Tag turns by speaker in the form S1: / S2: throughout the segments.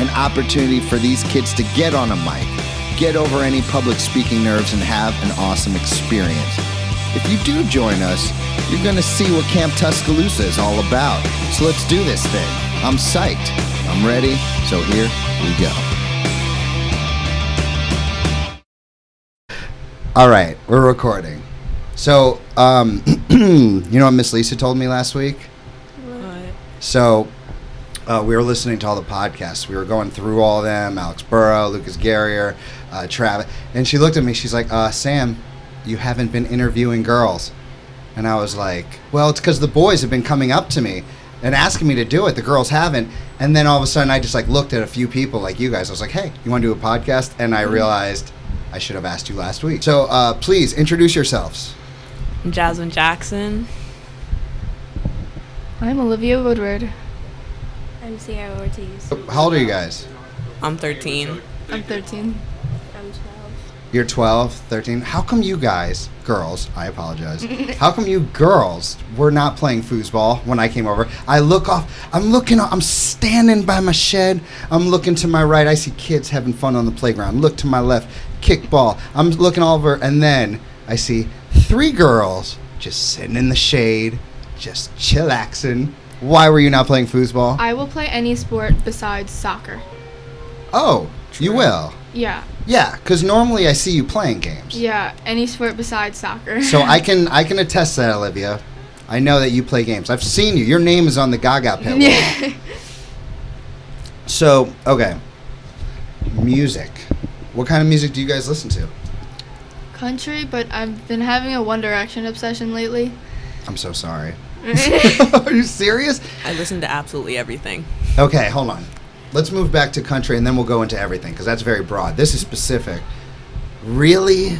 S1: An opportunity for these kids to get on a mic, get over any public speaking nerves, and have an awesome experience. If you do join us, you're going to see what Camp Tuscaloosa is all about. So let's do this thing. I'm psyched. I'm ready. So here we go. All right, we're recording. So, um, you know what Miss Lisa told me last week? So, uh, we were listening to all the podcasts. We were going through all of them Alex Burrow, Lucas Garrier, uh, Travis. And she looked at me. She's like, uh, Sam, you haven't been interviewing girls. And I was like, well, it's because the boys have been coming up to me and asking me to do it. The girls haven't. And then all of a sudden, I just like looked at a few people like you guys. I was like, hey, you want to do a podcast? And I realized I should have asked you last week. So uh, please introduce yourselves.
S2: I'm Jasmine Jackson.
S3: I'm Olivia Woodward.
S4: I'm Sierra Ortiz.
S1: How old are you guys?
S2: I'm 13.
S3: I'm 13.
S4: I'm 12.
S1: You're 12, 13. How come you guys, girls, I apologize. how come you girls were not playing foosball when I came over? I look off, I'm looking, I'm standing by my shed. I'm looking to my right. I see kids having fun on the playground. Look to my left, kickball. I'm looking all over, and then I see three girls just sitting in the shade, just chillaxing. Why were you not playing foosball?
S3: I will play any sport besides soccer.
S1: oh, you will.
S3: Yeah,
S1: Yeah, because normally I see you playing games.
S3: yeah, any sport besides soccer.
S1: So I can I can attest to that, Olivia. I know that you play games. I've seen you. Your name is on the Gaga pit. wall.
S3: Yeah.
S1: So okay, music. What kind of music do you guys listen to?
S3: Country, but I've been having a One Direction obsession lately.
S1: I'm so sorry. Are you serious?
S2: I listen to absolutely everything.
S1: Okay, hold on. Let's move back to country and then we'll go into everything because that's very broad. This is specific. Really?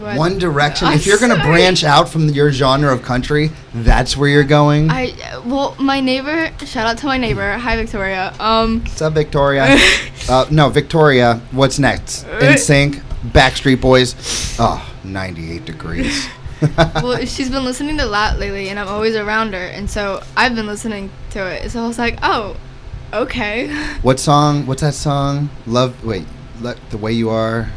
S3: But
S1: One Direction.
S3: I'm
S1: if you're going to
S3: sorry.
S1: branch out from your genre of country, that's where you're going.
S3: I well, my neighbor. Shout out to my neighbor. Hi, Victoria. Um,
S1: What's up, Victoria? uh, no, Victoria. What's next?
S3: Uh,
S1: In sync. Backstreet Boys. Oh, 98 degrees.
S3: well, she's been listening to that lately, and I'm always around her, and so I've been listening to it. So I was like, oh, okay.
S1: what song? What's that song? Love. Wait. Lo- the way you are.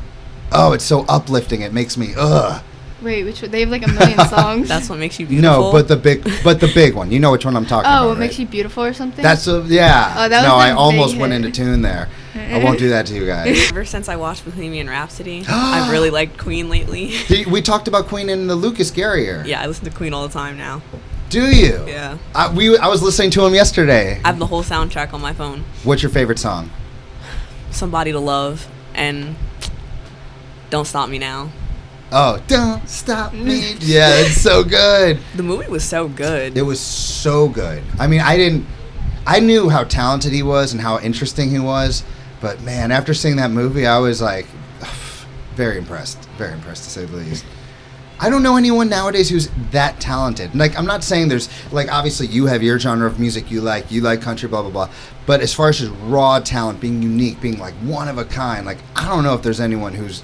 S1: Oh, it's so uplifting. It makes me ugh.
S3: Wait, which they have like a million songs.
S2: That's what makes you beautiful.
S1: No, but the big, but the big one. You know which one I'm talking about.
S3: oh, it
S1: right?
S3: makes you beautiful or something.
S1: That's a yeah.
S3: Oh, that was
S1: no,
S3: the
S1: I almost
S3: big
S1: went
S3: hit.
S1: into tune there. I won't do that to you guys.
S2: ever since I watched Bohemian Rhapsody, I've really liked Queen lately.
S1: Did- we talked about Queen and the Lucas Garrier.
S2: yeah, I listen to Queen all the time now.
S1: Do you?
S2: Yeah,
S1: I, we I was listening to him yesterday.
S2: I have the whole soundtrack on my phone.
S1: What's your favorite song?
S2: Somebody to love and Don't Stop Me Now.
S1: Oh, don't stop me. yeah, it's so good.
S2: The movie was so good.
S1: It was so good. I mean, I didn't I knew how talented he was and how interesting he was, but man, after seeing that movie, I was like very impressed, very impressed to say the least. I don't know anyone nowadays who's that talented. Like I'm not saying there's like obviously you have your genre of music you like, you like country blah blah blah, but as far as just raw talent being unique, being like one of a kind, like I don't know if there's anyone who's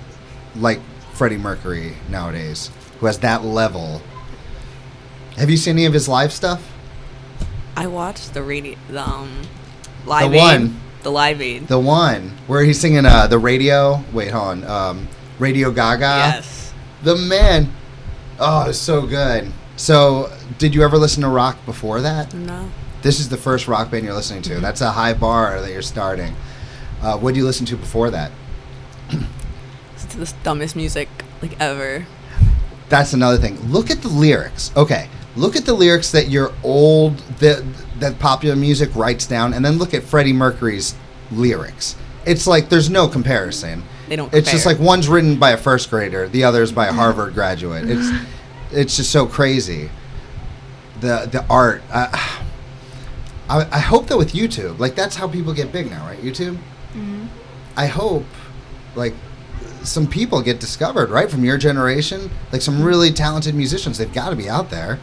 S1: like Freddie Mercury nowadays who has that level. Have you seen any of his live stuff?
S2: I watched the radio, the um, Live Aid.
S1: one.
S2: The Live Aid.
S1: The one where he's singing uh, the radio. Wait, hold on. Um, radio Gaga.
S2: yes.
S1: The man. Oh, it's so good. So, did you ever listen to rock before that?
S2: No.
S1: This is the first rock band you're listening to. That's a high bar that you're starting. Uh, what do you listen to before that?
S2: Listen to the dumbest music like ever.
S1: That's another thing. Look at the lyrics. Okay, look at the lyrics that your old that that popular music writes down, and then look at Freddie Mercury's lyrics. It's like there's no comparison.
S2: They don't
S1: It's just
S2: compare.
S1: like one's written by a first grader, the other's by a Harvard graduate. It's it's just so crazy. The the art. Uh, I
S3: Mm-hmm.
S1: I hope that with YouTube, like that's how people get big now, right? YouTube. I hope like some people get discovered, right? From your generation, like some really talented musicians, they've got to be out there.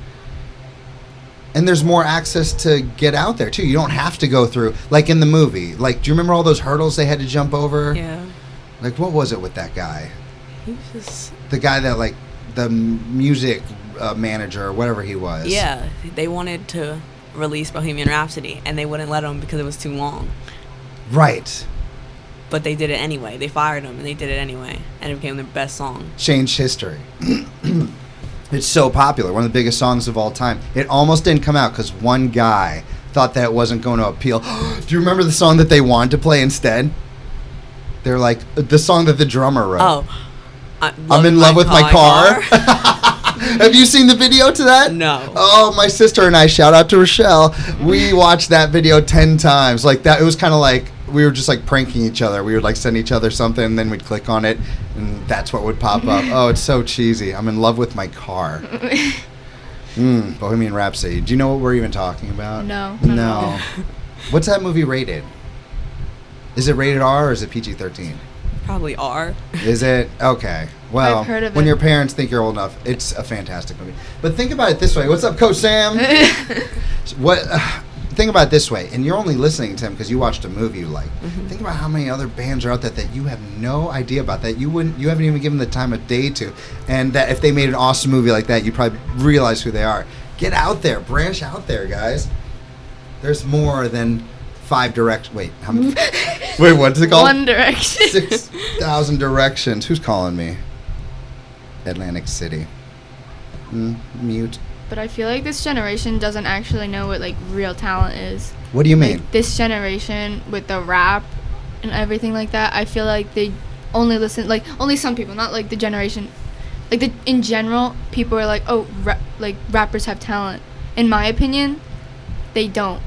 S1: And there's more access to get out there too. You don't have to go through like in the movie. Like, do you remember all those hurdles they had to jump over?
S2: Yeah.
S1: Like, what was it with that guy?
S2: He was just.
S1: The guy that like the m- music uh, manager or whatever he was.
S2: Yeah, they wanted to release Bohemian Rhapsody, and they wouldn't let him because it was too long.
S1: Right.
S2: But they did it anyway. They fired him, and they did it anyway, and it became their best song.
S1: changed history. it's so popular, one of the biggest songs of all time. It almost didn't come out because one guy thought that it wasn't going to appeal. Do you remember the song that they wanted to play instead? They're like the song that the drummer wrote.
S2: Oh, I,
S1: I'm in love with my car. Have you seen the video to that?
S2: No.
S1: Oh, my sister and I, shout out to Rochelle. We watched that video 10 times. Like that, it was kind of like we were just like pranking each other. We would like send each other something, and then we'd click on it, and that's what would pop up. oh, it's so cheesy. I'm in love with my car. Mm, Bohemian Rhapsody. Do you know what we're even talking about?
S3: No.
S1: No. What's that movie rated? Is it rated R or is it PG 13?
S2: Probably R.
S1: Is it okay? Well,
S3: I've heard of
S1: when
S3: it.
S1: your parents think you're old enough, it's a fantastic movie. But think about it this way: What's up, Coach Sam? what? think about it this way, and you're only listening to him because you watched a movie you like.
S3: Mm-hmm.
S1: Think about how many other bands are out there that you have no idea about that you wouldn't, you haven't even given the time of day to, and that if they made an awesome movie like that, you'd probably realize who they are. Get out there, branch out there, guys. There's more than five direct. Wait, how many? wait, what's it called?
S3: One Direction.
S1: six thousand directions. Who's calling me? Atlantic City. Mm, mute.
S3: But I feel like this generation doesn't actually know what like real talent is.
S1: What do you mean?
S3: Like this generation with the rap and everything like that, I feel like they only listen like only some people, not like the generation. Like the in general, people are like, "Oh, ra- like rappers have talent." In my opinion, they don't.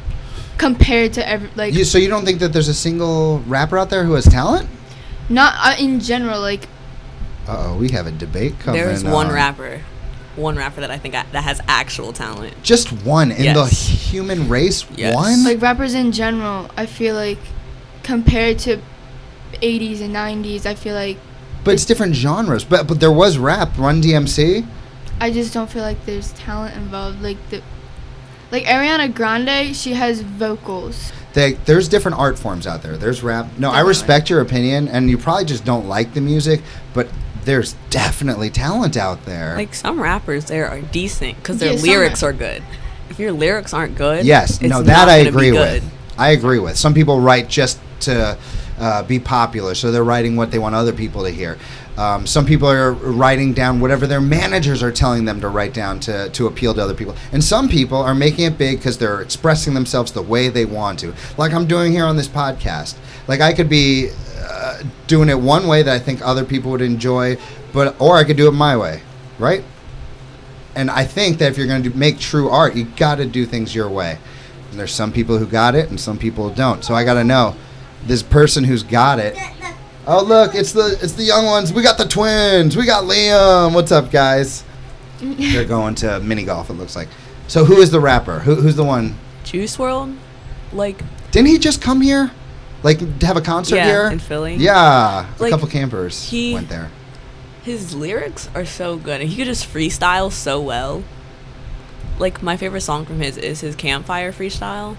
S3: Compared to every like
S1: you, so you don't think that there's a single rapper out there who has talent?
S3: not uh, in general like
S1: Uh oh, we have a debate coming.
S2: There's one
S1: on.
S2: rapper, one rapper that I think I, that has actual talent.
S1: Just one in the
S2: Yes.
S1: human race.
S2: Yes.
S1: One.
S3: like rappers in general, I feel like compared to 80s and 90s, I feel like
S1: but it's different genres. But but there was rap. Run DMC.
S3: I just don't feel like there's talent involved. Like the, like Ariana Grande, she has vocals.
S1: They, there's different art forms out there. There's rap. No, I
S2: Definitely.
S1: respect your opinion, and you probably just don't like the music, but there's definitely talent out there.
S2: Like some rappers, there are decent because their
S3: Yeah, some
S2: lyrics
S3: rap-
S2: are good. If your lyrics aren't good,
S1: Yes,
S2: it's
S1: no, that
S2: not
S1: I
S2: gonna be
S1: agree
S2: good.
S1: with. I agree with. Some people write just to uh, be popular, so they're writing what they want other people to hear. Um, some people are writing down whatever their managers are telling them to write down to, to appeal to other people. And some people are making it big because they're expressing themselves the way they want to. Like I'm doing here on this podcast. Like I could be uh, doing it one way that I think other people would enjoy, but or I could do it my way, right? and I think that if you're going to make true art, you got to do things your way. And there's some people who got it, and some people don't. So I got to know this person who's got it. Oh look, it's the it's the young ones. We got the twins. We got Liam. What's up, guys? They're going to mini golf. It looks like. So who is the rapper? Who, who's the one?
S2: Juice World, like
S1: Didn't he just come here, like to have a concert
S2: Yeah,
S1: here
S2: in Philly.
S1: Yeah, a
S2: Like,
S1: couple campers
S2: he-
S1: went there.
S2: his lyrics are so good, and he could just freestyle so well. Like my favorite song from his is his campfire freestyle,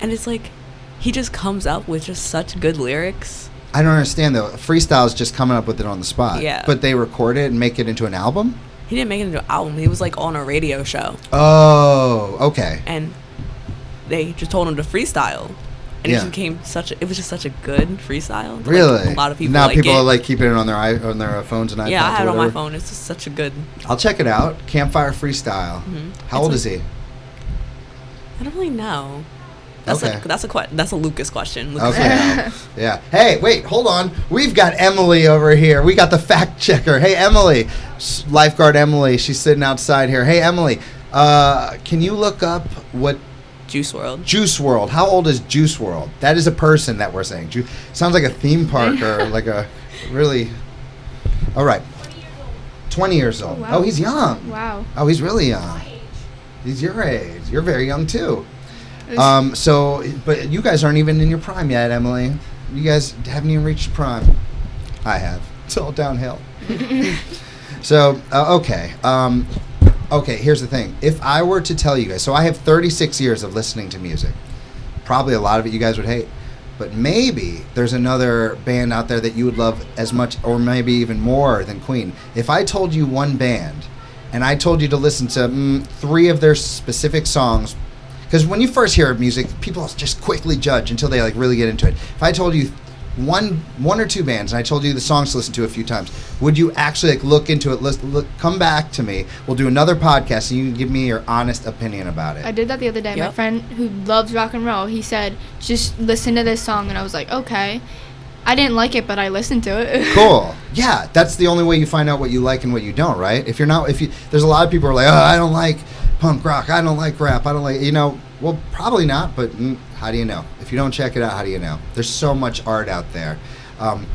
S2: and it's like he just comes up with just such good lyrics.
S1: I don't understand though. Freestyle is just coming up with it on the spot.
S2: Yeah.
S1: But they record it and make it into an album.
S2: He didn't make it into an album. He was like on a radio show,
S1: Oh, okay.
S2: and they just told him to freestyle, and
S1: Yeah.
S2: it just became such. A, it was just such a good freestyle. Like,
S1: Really?
S2: a lot of people.
S1: now
S2: like
S1: people
S2: it.
S1: are like keeping it on their i- on their uh, phones and iPads.
S2: Yeah, I had
S1: or
S2: it on my
S1: whatever.
S2: phone. It's just such a good. mm-hmm.
S1: I'll check it out. Campfire Freestyle. How
S2: It's
S1: old
S2: like-
S1: is he?
S2: I don't really know. That's
S1: Okay.
S2: a that's a que- that's a Lucas question. Lucas
S1: Okay. yeah. Hey, wait, hold on. We've got Emily over here. We got the fact checker. Hey, Emily, S- lifeguard Emily. She's sitting outside here. Hey, Emily, uh, can you look up what
S2: Juice World.
S1: Juice World? How old is Juice World? That is a person that we're saying. Ju- sounds like a theme park or like a really. All right. Twenty years old. Oh,
S3: wow.
S1: he's young.
S3: Wow.
S1: Oh, he's really young. He's your age. You're very young too. Um, so, but you guys aren't even in your prime yet, Emily. You guys haven't even reached prime. I have. It's all downhill. so uh, okay, um, okay. Here's the thing. If I were to tell you guys, so I have 36 years of listening to music. Probably a lot of it you guys would hate, but maybe there's another band out there that you would love as much, or maybe even more than Queen. If I told you one band, and I told you to listen to mm, three of their specific songs. Because when you first hear music, people just quickly judge until they like really get into it. If I told you one one or two bands and I told you the songs to listen to a few times, would you actually like look into it? List, look, come back to me. We'll do another podcast and you can give me your honest opinion about it.
S3: I did that the other day. My
S2: Yep.
S3: friend who loves rock and roll, he said, just listen to this song. And I was like, okay. I didn't like it, but I listened to it.
S1: Cool. Yeah, that's the only way you find out what you like and what you don't, right? If you're not, if you, there's a lot of people who are like, oh, I don't like punk rock, I don't like rap, I don't like, you know, well, probably not, but mm, how do you know? If you don't check it out, how do you know? There's so much art out there. Um,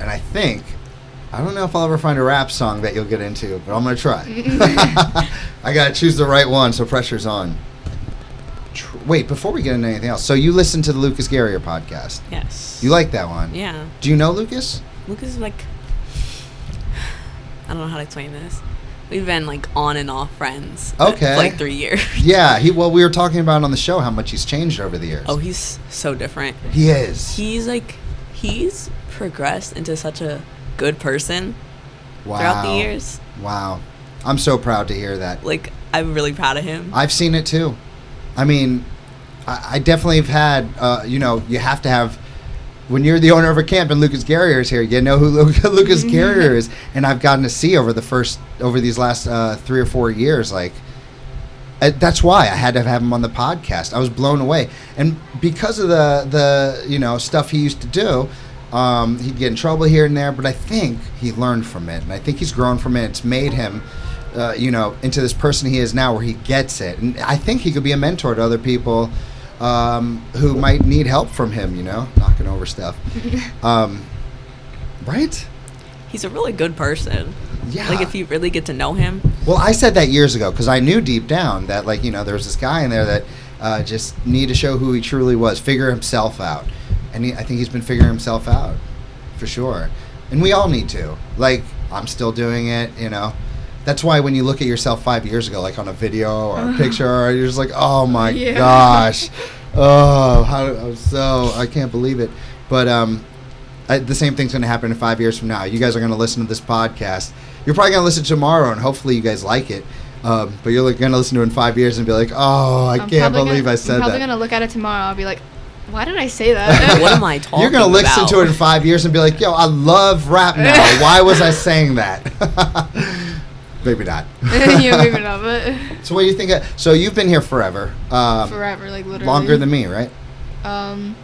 S1: and I think, I don't know if I'll ever find a rap song that you'll get into, but I'm going to try. I got to choose the right one, so pressure's on. Tr- Wait, before we get into anything else, so you listen to the Lucas Garrier podcast.
S2: Yes.
S1: You like that one?
S2: Yeah.
S1: Do you know Lucas?
S2: Lucas is like. I don't know how to explain this. We've been like on and off friends. for,
S1: Okay.
S2: like three years.
S1: Yeah, he. Well, we were talking about on the show how much he's changed over the years.
S2: Oh, he's so different.
S1: he is.
S2: He's like, he's progressed into such a good person
S1: wow.
S2: throughout the years.
S1: Wow, I'm so proud to hear that.
S2: Like, I'm really proud of him.
S1: I've seen it too. I mean, I, I definitely have had. Uh, you know, you have to have. When you're the owner of a camp and Lucas Garrier is here, you know who Lu- Lucas Garrier is, and I've gotten to see over the first over these last uh, three or four years, like Uh, that's why I had to have him on the podcast. I was blown away, and because of the the you know stuff he used to do, um, he'd get in trouble here and there. But I think he learned from it, and I think he's grown from it. It's made him, uh, you know, into this person he is now, where he gets it. And I think he could be a mentor to other people um, who might need help from him. You know, knocking over stuff, um, right?
S2: he's a really good person.
S1: Yeah.
S2: Like, if you really get to know him,
S1: Well, I said that years ago because I knew deep down that, like, you know, there was this guy in there that uh, just needed to show who he truly was, figure himself out. And he, I think he's been figuring himself out for sure. And we all need to. Like, I'm still doing it, you know. That's why when you look at yourself five years ago, like on a video or a picture, you're just like, oh my
S3: Yeah.
S1: gosh. Oh, how, I'm so, I can't believe it. But um, I, the same thing's going to happen in five years from now. You guys are going to listen to this podcast. You're probably going to listen tomorrow, and hopefully you guys like it. Um, but you're going to listen to it in five years and be like, "Oh, I can't
S3: probably
S1: believe
S3: gonna,
S1: I said
S3: I'm probably
S1: that."
S3: gonna look at it tomorrow. I'll be like, why did I say that?
S2: what am I talking
S1: you're going to listen to it
S2: about?
S1: in five years and be like, "Yo, I love rap now. Why was I saying that?" maybe not.
S3: yeah, maybe not, but
S1: so what do you think? Of, so you've been here forever, um,
S3: forever, like literally
S1: longer than me, right?
S3: um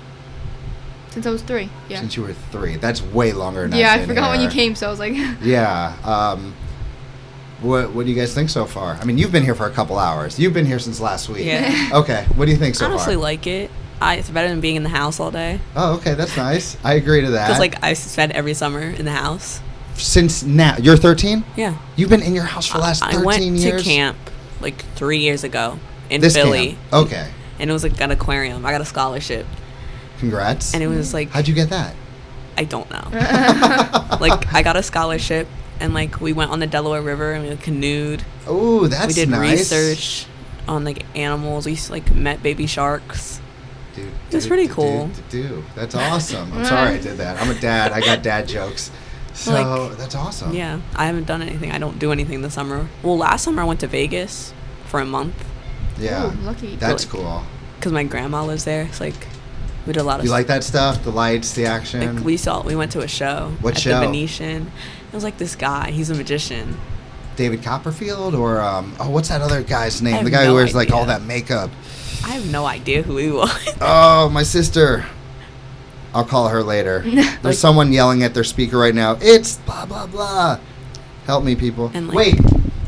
S3: since I was three. Yeah.
S1: Since you were three, that's way longer. Than I've
S3: Yeah, I
S1: been
S3: forgot when you
S1: here.
S3: came, so I was like,
S1: Yeah. Um, what What do you guys think so far? I mean, you've been here for a couple hours. You've been here since last week.
S2: Yeah.
S1: Okay. What do you think so
S2: honestly
S1: far?
S2: like it. I, it's better than being in the house all day.
S1: oh, okay. That's nice. I agree to that.
S2: Because, like, I spend every summer in the house.
S1: since now, you're 13.
S2: Yeah.
S1: You've been in your house for the last 13
S2: I went
S1: years.
S2: to camp like three years ago in
S1: This
S2: Philly,
S1: camp. Okay.
S2: and it was like an aquarium. I got a scholarship,
S1: Congrats.
S2: and it was like
S1: How'd you get that?
S2: I don't know. like I got a scholarship, and like we went on the Delaware River and we canoed.
S1: Oh, that's
S2: we did
S1: nice.
S2: research on like animals. We like met baby sharks.
S1: Do,
S2: That's
S1: do,
S2: pretty
S1: do,
S2: cool.
S1: do, do, do. That's awesome. I'm sorry I did that. I'm a dad. I got dad jokes. So
S2: Like-
S1: that's awesome.
S2: Yeah, I haven't done anything. I don't do anything this summer. Well, last summer I went to Vegas for a month
S1: Yeah.
S3: Ooh, lucky.
S1: That's
S2: Like-
S1: cool.
S2: because my grandma lives there. It's like we did a lot of
S1: You
S2: stuff.
S1: like that stuff? The lights, the action.
S2: Like we saw, we went to a show
S1: What
S2: at
S1: show?
S2: the Venetian. It was like this guy. He's a magician.
S1: David Copperfield or um, oh, what's that other guy's name?
S2: have
S1: The guy who
S2: no
S1: wears like all
S2: idea.
S1: that makeup.
S2: I have no idea who he was.
S1: Oh, my sister. I'll call her later. There's
S2: Like-
S1: someone yelling at their speaker right now. It's blah blah blah. Help me, people.
S2: And, like-
S1: Wait,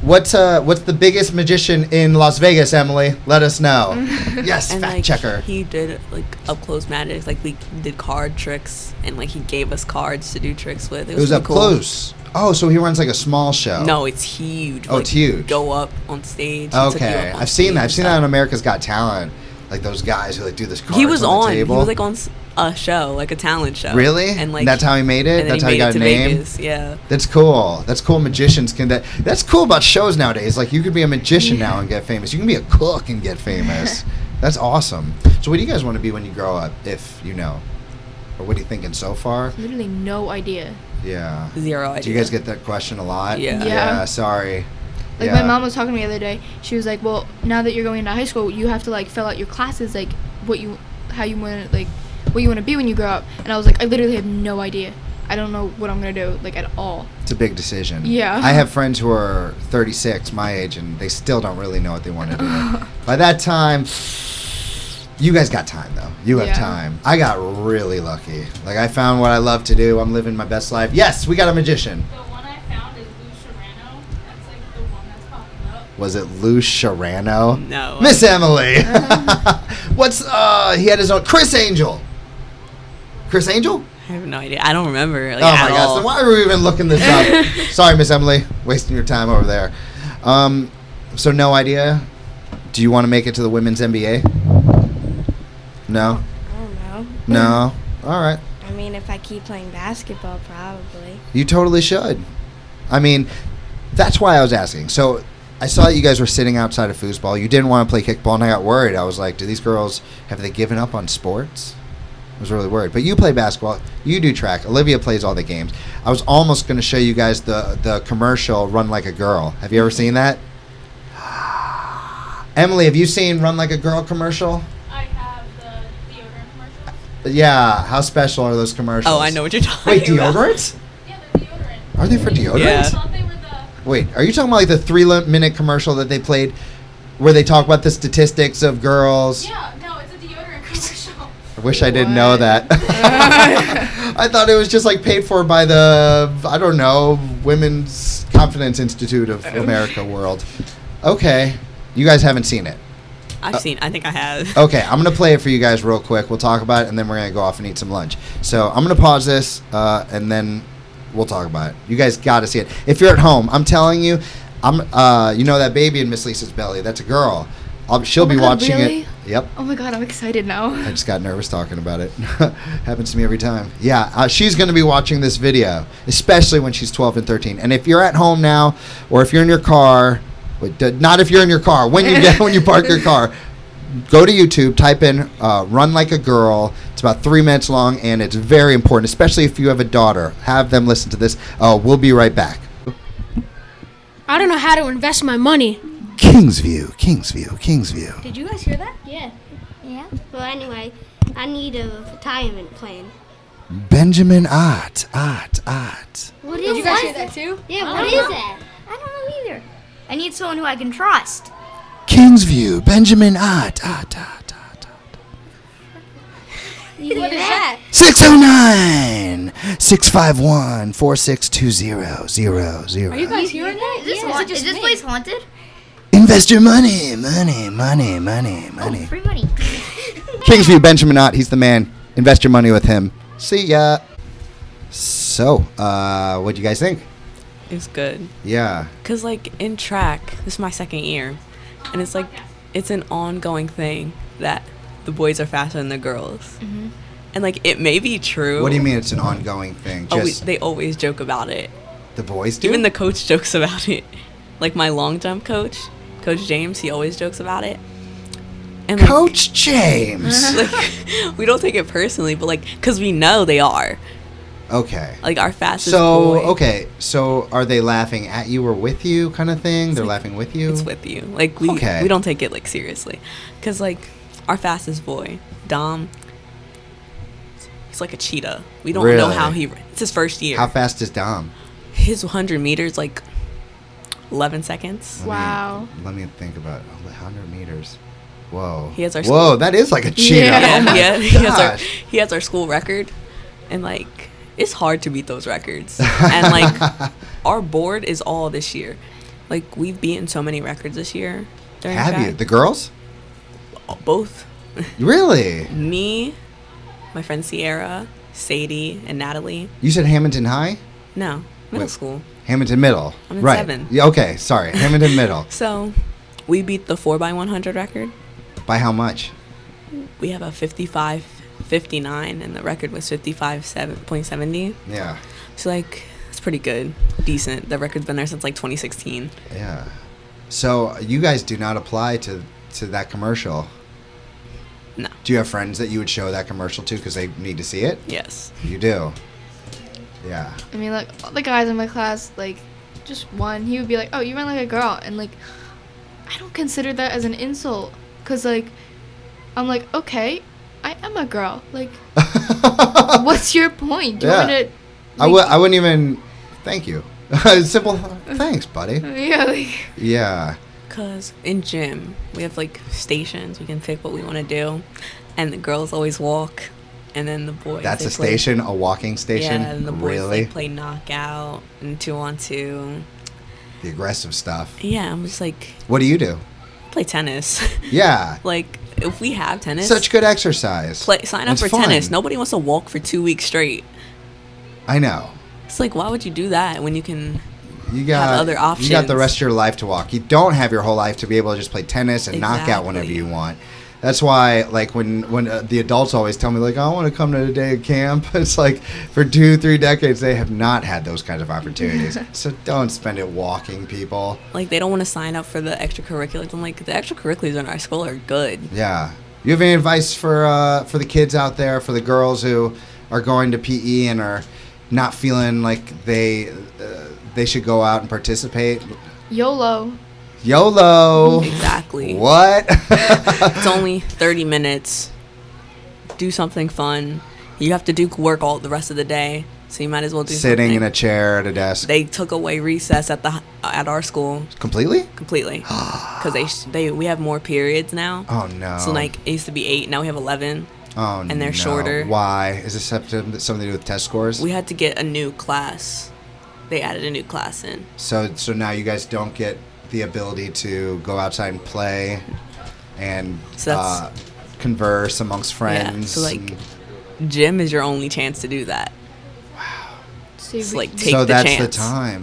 S1: what's uh, what's the biggest magician in Las Vegas? Emily, let us know. yes,
S2: and
S1: fact
S2: like
S1: checker.
S2: he did like up close magic. Like we did card tricks, and like he gave us cards to do tricks with. It
S1: it
S2: was,
S1: was
S2: really
S1: up
S2: cool.
S1: close. Oh, so he runs like a small show.
S2: No, it's huge.
S1: Oh, it's huge.
S2: Go up on stage. he took you
S1: Okay,
S2: up on
S1: I've seen that. I've
S2: stage
S1: seen that on
S2: and
S1: America's Got Talent. Like those guys who like do this. Cards
S2: He was on.
S1: the
S2: He
S1: table.
S2: was like on s- a show, like a talent show.
S1: Really?
S2: And like
S1: that's how he made it.
S2: and then
S1: That's how he
S2: made
S1: got
S2: it
S1: a
S2: to
S1: name.
S2: Vegas. Yeah.
S1: That's cool. That's cool. Magicians can that. That's cool about shows nowadays. Like you could be a magician now and get famous. You can be a cook and get famous. that's awesome. So what do you guys want to be when you grow up, if you know, or what are you thinking so far?
S3: Literally no idea.
S1: Yeah.
S2: Zero idea.
S1: Do you guys get that question a lot?
S2: Yeah.
S3: Yeah.
S1: sorry.
S3: Like
S1: Yeah.
S3: my mom was talking to me the other day. She was like, "Well, now that you're going into high school, you have to like fill out your classes, like what you, how you want, to like what you want to be when you grow up." And I was like, "I literally have no idea. I don't know what I'm gonna do, like at all."
S1: It's a big decision.
S3: Yeah.
S1: I have friends who are 36, my age, and they still don't really know what they want to do. By that time, you guys got time though. You have
S3: Yeah.
S1: time. I got really lucky. Like I found what I love to do. I'm living my best life. Yes, we got a magician.
S5: The one I found is Lou Serrano. That's like the one that's popping up.
S1: Was it Lou Sharano?
S2: No.
S1: Miss Emily. What's uh? He had his own Chris Angel. Chris Angel?
S2: I have no idea. I don't remember. Like,
S1: oh
S2: at
S1: my gosh,
S2: all.
S1: then why are we even looking this up? Sorry, Miss Emily, wasting your time over there. Um, so no idea. Do you want to make it to the women's NBA? No,
S4: I don't know.
S1: no. All right,
S4: I mean, if I keep playing basketball, probably.
S1: you totally should. I mean, that's why I was asking. So I saw that you guys were sitting outside of foosball. You didn't want to play kickball, and I got worried. I was like, do these girls have they given up on sports? I was really worried. But you play basketball. You do track. Olivia plays all the games. I was almost going to show you guys the the commercial "Run Like a Girl." Have you ever seen that? Emily, have you seen "Run Like a Girl" commercial?
S5: I have the deodorant commercials.
S1: Yeah. How special are those commercials?
S2: Oh, I know what you're talking
S1: Wait,
S2: about.
S1: deodorants?
S5: Yeah, the deodorant.
S1: Are they for deodorants?
S2: Yeah.
S5: I thought they were the.
S1: Wait, are you talking about like the three-minute commercial that they played, where they talk about the statistics of girls?
S5: Yeah, no, it's a deodorant commercial.
S1: I wish I didn't know
S3: What?
S1: that. I thought it was just like paid for by the I don't know Women's Confidence Institute of America World. Okay, you guys haven't seen it.
S2: I've seen. I think I have.
S1: Okay, I'm gonna play it for you guys real quick. We'll talk about it, and then we're gonna go off and eat some lunch. So I'm gonna pause this, uh, and then we'll talk about it. You guys got to see it. If you're at home, I'm telling you, I'm. Uh, you know that baby in Miss Lisa's belly? That's a girl. I'll, she'll
S3: Oh my
S1: be
S3: God,
S1: watching
S3: really?
S1: it. Yep.
S3: Oh my god, I'm excited
S1: I
S3: now.
S1: just got nervous talking about it. Happens to me every time. Yeah, uh, she's going to be watching this video, especially when she's 12 and 13. And if you're at home now, or if you're in your car, wait, d- not if you're in your car, when you get, when you park your car, go to YouTube, type in uh, "Run Like a Girl." It's about three minutes long, and it's very important, especially if you have a daughter. Have them listen to this. Uh, we'll be right back.
S6: I don't know how to invest my money.
S1: Kingsview, Kingsview, Kingsview.
S6: Did you guys hear that?
S7: Yeah. Well, anyway, I need a retirement plan.
S1: Benjamin Ott, Ott, Ott.
S7: What
S6: Did you guys hear that too?
S7: Yeah, what is that? I don't know either.
S6: I need someone who I can trust.
S1: Kingsview, Benjamin Ott, Ott, Ott, Ott, Ott.
S7: You what is that?
S1: 609 651 4620
S6: Are you guys hearing that?
S7: Is this, haunt- is this place haunted?
S1: Invest your money, money, money, money, money.
S7: Oh, Free money.
S1: Kingsview, Benjamin Ott, he's the man. Invest your money with him. See ya. So, uh, what'd you guys think?
S2: It's good.
S1: Yeah.
S2: Cause like in track, this is my second year, and it's like it's an ongoing thing that the boys are faster than the girls, and like it may be true.
S1: What do you mean it's an ongoing thing?
S2: Always-
S1: Just
S2: Oh, they always joke about it.
S1: the boys do?
S2: Even the coach jokes about it. Like my long jump coach, Coach James, he always jokes about it. And like,
S1: Coach James.
S2: like we don't take it personally, but like because we know they are
S1: okay.
S2: like our fastest.
S1: So
S2: boy
S1: okay, so are they laughing at you or with you, kind of thing? They're laughing with you.
S2: is with you. Like we
S1: Okay.
S2: we don't take it like seriously, because like our fastest boy Dom, he's like a cheetah. We don't know how
S1: Really?
S2: he. It's his first year.
S1: How fast is Dom?
S2: his 100 meters like 11 seconds.
S1: Let me-
S3: Wow.
S1: let me think about it. 100 meters. Whoa.
S2: He has our-
S1: Whoa, that is like a cheetah.
S3: Yeah.
S1: Oh my
S2: he, has, he has our
S1: gosh.
S2: he has our school record, and like it's hard to beat those records. and like our board is all this year. Like we've beaten so many records this year. During
S1: Have you?
S2: track.
S1: The girls?
S2: both
S1: Really?
S2: me, my friend Sierra, Sadie, and Natalie?
S1: You said Hamilton High?
S2: No, middle
S1: Wait.
S2: school.
S1: Hamilton Middle.
S2: I'm in
S1: right.
S2: seven.
S1: Yeah, okay, sorry. Hamilton Middle.
S2: So we beat the 4 by 100 record
S1: By how much?
S2: we have a 55 59 and the record was 55 7.70
S1: Yeah.
S2: so like it's pretty good decent the record's been there since like 2016
S1: Yeah. So you guys do not apply to to that commercial.
S2: No.
S1: Do you have friends that you would show that commercial to because they need to see it?
S2: yes
S1: You do. Yeah.
S3: I mean, like all the guys in my class, like just one, he would be like, "Oh, you run like a girl," and like I don't consider that as an insult, cause like I'm like, okay, I am a girl. Like, what's your point? Do you
S1: Yeah.
S3: want me to?
S1: I w- I wouldn't even. Thank you. Simple. Thanks, buddy.
S3: Yeah, like
S1: Yeah.
S2: because in gym we have like stations we can pick what we want to do and the girls always walk and then the boys
S1: That's
S2: they
S1: a
S2: play-
S1: station, a walking station.
S2: yeah and the boys
S1: really,
S2: they play knockout and two on two
S1: the aggressive stuff.
S2: yeah i'm just like
S1: What do you do?
S2: play tennis
S1: Yeah,
S2: like if we have tennis
S1: such good exercise.
S2: play sign up
S1: It's
S2: for
S1: fun.
S2: tennis nobody wants to walk for two weeks straight
S1: I know.
S2: It's like, why would you do that when you can?
S1: You got
S2: other
S1: You got the
S2: options.
S1: rest of your life to walk. You don't have your whole life to be able to just play tennis and knock out whenever
S2: Exactly.
S1: you want. That's why, like when when uh, the adults always tell me, like, I want to come to a day of camp. It's like for two, three decades they have not had those kinds of opportunities. so don't spend it walking, people.
S2: Like, they don't want to sign up for the extracurriculars. I'm like, the extracurriculars in our school are good.
S1: Yeah. You have any advice for uh, for the kids out there, for the girls who are going to PE and are not feeling like they uh, they should go out and participate?
S3: YOLO.
S1: YOLO.
S2: Exactly.
S1: What?
S2: It's only 30 minutes. Do something fun. You have to do work all the rest of the day, so you might as well do
S1: Sitting in
S2: something.
S1: a chair at a desk.
S2: They took away recess at the at our school
S1: Completely?
S2: completely because they sh- they we have more periods now.
S1: Oh no.
S2: So like it used to be eight, now we have 11.
S1: oh,
S2: and they're
S1: no.
S2: shorter.
S1: Why? Is this have to- something to do with test scores?
S2: We had to get a new class. They added a new class in.
S1: so so now you guys don't get the ability to go outside and play and
S2: So that's-
S1: uh, converse amongst friends.
S2: Yeah, so like
S1: and-
S2: gym is your only chance to do that.
S3: So
S2: It's
S3: we-
S2: like take
S1: so
S2: the
S1: that's
S2: chance.
S1: the time.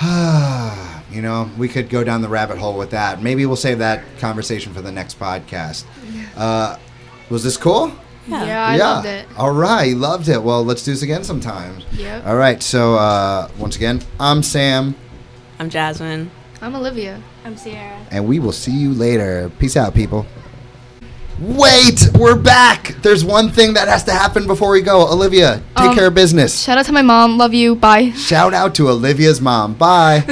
S1: you know, we could go down the rabbit hole with that. Maybe we'll save that conversation for the next podcast. Uh, was this cool?
S3: yeah, I loved it.
S1: All right, you loved it. Well, let's do this again sometime.
S3: Yep.
S1: All right. So uh, once again, I'm Sam,
S2: I'm Jasmine.
S3: I'm Olivia.
S4: I'm Sierra.
S1: and we will see you later. Peace out, people. Wait, we're back. There's one thing that has to happen before we go. Olivia, take
S3: Um,
S1: care of business.
S3: Shout out to my mom. Love you. Bye.
S1: Shout out to Olivia's mom. Bye.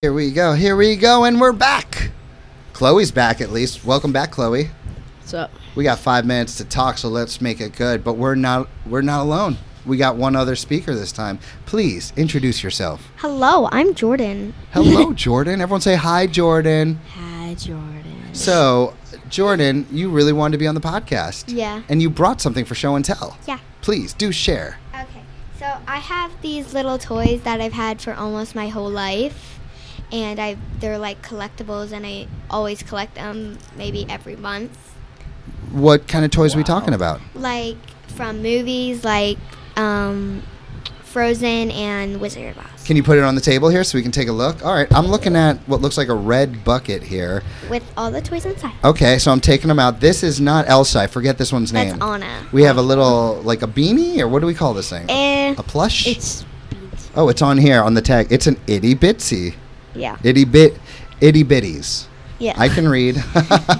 S1: here we go. Here we go. And we're back. Chloe's back, at least. Welcome back, Chloe.
S8: What's up?
S1: We got five minutes to talk, so let's make it good. But we're not we're not alone. We got one other speaker this time. Please introduce yourself.
S7: Hello, I'm Jordan.
S1: Hello, Jordan. Everyone say hi, Jordan.
S8: Hi, Jordan.
S1: So, Jordan, you really wanted to be on the podcast.
S7: Yeah.
S1: And you brought something for show and tell.
S7: Yeah.
S1: Please do share.
S7: Okay, so I have these little toys that I've had for almost my whole life, and I they're like collectibles, and I always collect them, maybe every month,
S1: What kind of toys are we talking about?
S7: like from movies, like um, Frozen and Wizard of Oz,
S1: Can you put it on the table here so we can take a look? All right, I'm looking at what looks like a red bucket here.
S7: with all the toys inside.
S1: Okay, so I'm taking them out. This is not Elsa. I forget this one's
S7: That's
S1: name.
S7: Anna.
S1: We have a little, like a beanie, or what do we call this thing?
S7: Eh,
S1: a plush?
S8: It's
S1: oh, it's on here on the tag. It's an itty bitsy.
S7: yeah,
S1: Itty bit, itty bitties.
S7: yeah.
S1: I can read.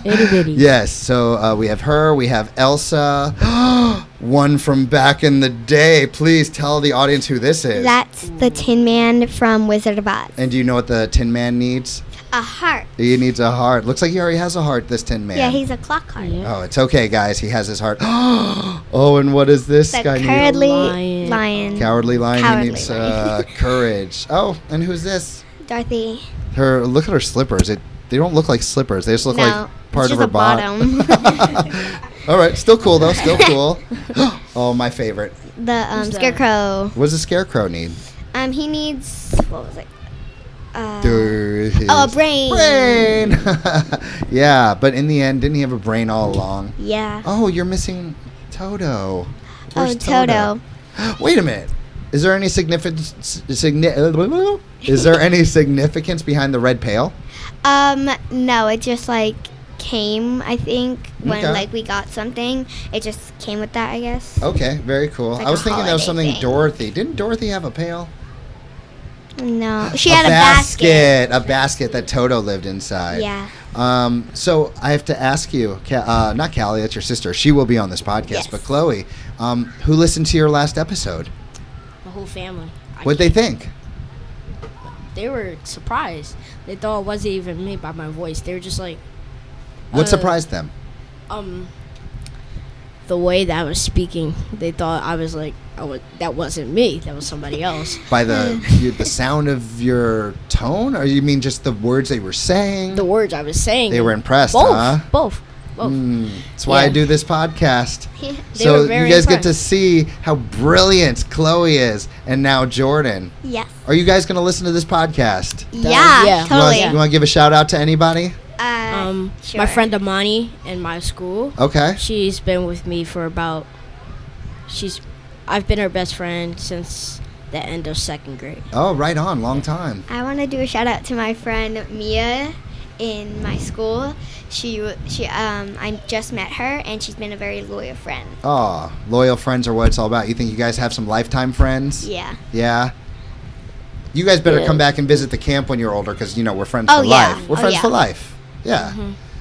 S8: itty bitty.
S1: Yes, so uh, we have her, we have Elsa, one from back in the day. Please tell the audience who this is.
S7: That's the Tin Man from Wizard of Oz.
S1: and do you know what the Tin Man needs?
S7: A heart.
S1: He needs a heart. Looks like he already has a heart, this Tin Man.
S7: Yeah, he's a clock heart.
S8: Yeah.
S1: Oh, it's okay, guys. He has his heart. oh, and what is this
S7: The
S1: guy need?
S7: cowardly
S8: Lion.
S7: lion.
S1: Cowardly lion.
S7: Cowardly
S1: he needs
S7: lion.
S1: uh, courage. Oh, and who's this?
S7: Dorothy.
S1: Her. Look at her slippers. It. They don't look like slippers. They just look
S7: No,
S1: like part
S7: it's
S1: of
S7: just
S1: her
S7: a
S1: bod-
S7: bottom.
S1: All right, still cool though. Still cool. oh, my favorite.
S7: The um, scarecrow.
S1: What does the scarecrow need?
S7: Um, he needs what was it? Uh,
S1: Oh,
S7: oh, a brain.
S1: Brain. yeah, but in the end, didn't he have a brain all along?
S7: Yeah.
S1: Oh, you're missing Toto.
S7: Oh, Toto.
S1: Wait a minute. Is there any significance? Signi- Is there any significance behind the red pail?
S7: Um, no, it just like came. I think when
S1: Okay.
S7: like we got something, it just came with that. I guess.
S1: Okay, very cool.
S7: like
S1: I was
S7: a
S1: thinking that was
S7: holiday
S1: something
S7: thing.
S1: Dorothy. Didn't Dorothy have a pail?
S7: No, she had a basket.
S1: basket. A basket that Toto lived inside.
S7: Yeah.
S1: Um, so I have to ask you, Ca- uh, not Callie, that's your sister. She will be on this podcast,
S7: Yes.
S1: but Chloe, um, who listened to your last episode?
S8: The whole family. I
S1: What'd they think?
S8: can't- They were surprised. They thought it wasn't even me by my voice. They were just like,
S1: What
S8: Uh,
S1: surprised them?
S8: um, the way that I was speaking. They thought I was like, I was, that wasn't me. That was somebody else.
S1: By the
S8: Mm.
S1: you, the sound of your tone, or you mean just the words they were saying?
S8: the words I was saying.
S1: They were impressed,
S8: both,
S1: huh?
S8: Both. Both.
S1: Mm, that's why I
S8: Yeah.
S1: do this podcast.
S8: They
S1: so
S8: were very
S1: you guys get to
S8: impressed.
S1: see how brilliant Chloe is, and now Jordan.
S7: Yes.
S1: Are you guys going to listen to this podcast?
S7: Yeah,
S8: yeah.
S1: You wanna-
S7: Totally.
S1: You want to give a shout out to anybody?
S7: Uh,
S8: Um,
S7: sure.
S8: my friend Amani in my school.
S1: Okay.
S8: She's been with me for about. She's, I've been her best friend since the end of second grade.
S1: Oh, right on. Long time.
S7: I want to do a shout out to my friend Mia in my school. She w- she um I just met her and she's been a very loyal friend.
S1: Oh, loyal friends are what it's all about. You think you guys have some lifetime friends?
S7: Yeah.
S1: Yeah. You guys better
S8: Yeah.
S1: come back and visit the camp when you're older because, you know, we're friends
S7: Oh,
S1: for
S7: yeah.
S1: life. We're
S7: Oh,
S1: friends
S7: yeah.
S1: for life. Yeah.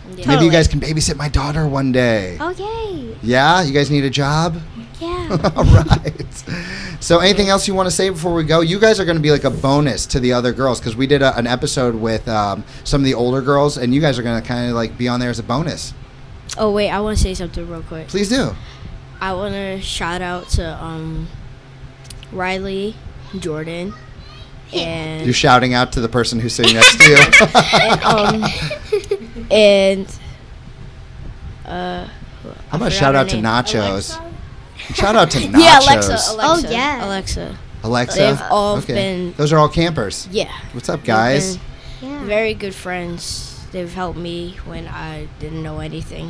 S1: Maybe
S7: Totally.
S1: you guys can babysit my daughter one day.
S7: Oh yay!
S1: Yeah? You guys need a job?
S7: Yeah.
S1: all right. So, anything else you want to say before we go? You guys are going to be like a bonus to the other girls because we did a, an episode with um, some of the older girls, and you guys are going to kind of like be on there as a bonus.
S8: Oh wait, I want to say something real quick.
S1: Please do.
S8: I want to shout out to um, Riley, Jordan,
S1: You're
S8: and
S1: shouting out to the person who's sitting next to you.
S8: um, and uh,
S1: How about
S8: forgot
S1: shout
S8: her
S1: out to
S8: name.
S1: nachos? Shout out to nachos.
S8: yeah, Alexa, Alexa,
S7: yeah.
S8: Alexa.
S1: Alexa.
S8: They've all been-
S1: Those are all campers.
S8: Yeah,
S1: What's up,
S8: They've
S1: guys?
S8: been
S7: yeah.
S8: Very good friends. They've helped me when I didn't know anything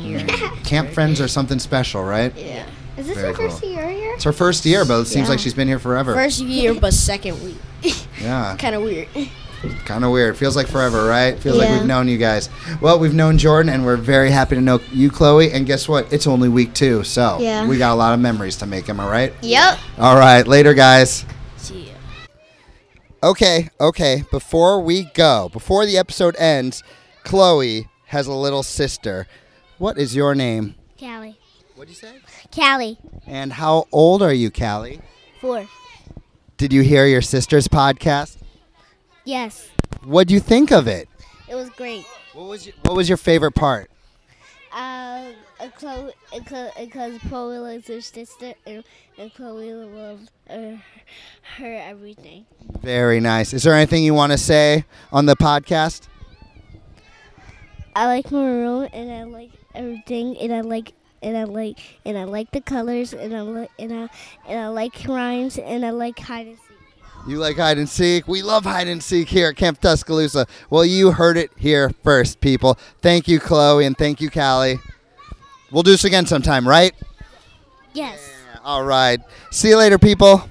S8: here.
S1: Camp friends are something special, right?
S8: yeah,
S7: Is this
S1: Very
S7: your first
S1: cool.
S7: year here?
S1: It's her first year, but it seems
S8: Yeah.
S1: like she's been here forever.
S8: first year but second week.
S1: yeah.
S8: Kind of weird.
S1: Kind of weird. Feels like forever, right? Feels like
S7: Yeah.
S1: we've known you guys. Well, we've known Jordan, and we're very happy to know you, Chloe. And guess what? It's only week two, so
S7: Yeah.
S1: we got a lot of memories to make. Am I right?
S7: Yep.
S1: All right. Later, guys.
S8: See ya.
S1: Okay, okay. Before we go, before the episode ends, Chloe has a little sister. What is your name?
S7: Callie.
S1: What'd you say?
S7: Callie.
S1: And how old are you, Callie?
S7: Four.
S1: Did you hear your sister's podcast?
S7: Yes.
S1: What'd you think of it?
S7: It was great.
S1: What was your, what was your favorite part?
S7: Um, and Chloe, and Chloe, and Chloe, Chloe loves her sister, and, and Chloe loves her, her everything.
S1: Very nice. Is there anything you want to say on the podcast?
S7: I like my room, and I like everything, and I like, and I like, and I like the colors, and I like, and I, and I like rhymes, and I like hide and seek.
S1: You like hide and seek? We love hide and seek here at Camp Tuscaloosa. Well, you heard it here first, people. Thank you, Chloe, and thank you, Callie. We'll do this again sometime, right?
S7: Yes.
S1: All right. See you later, people.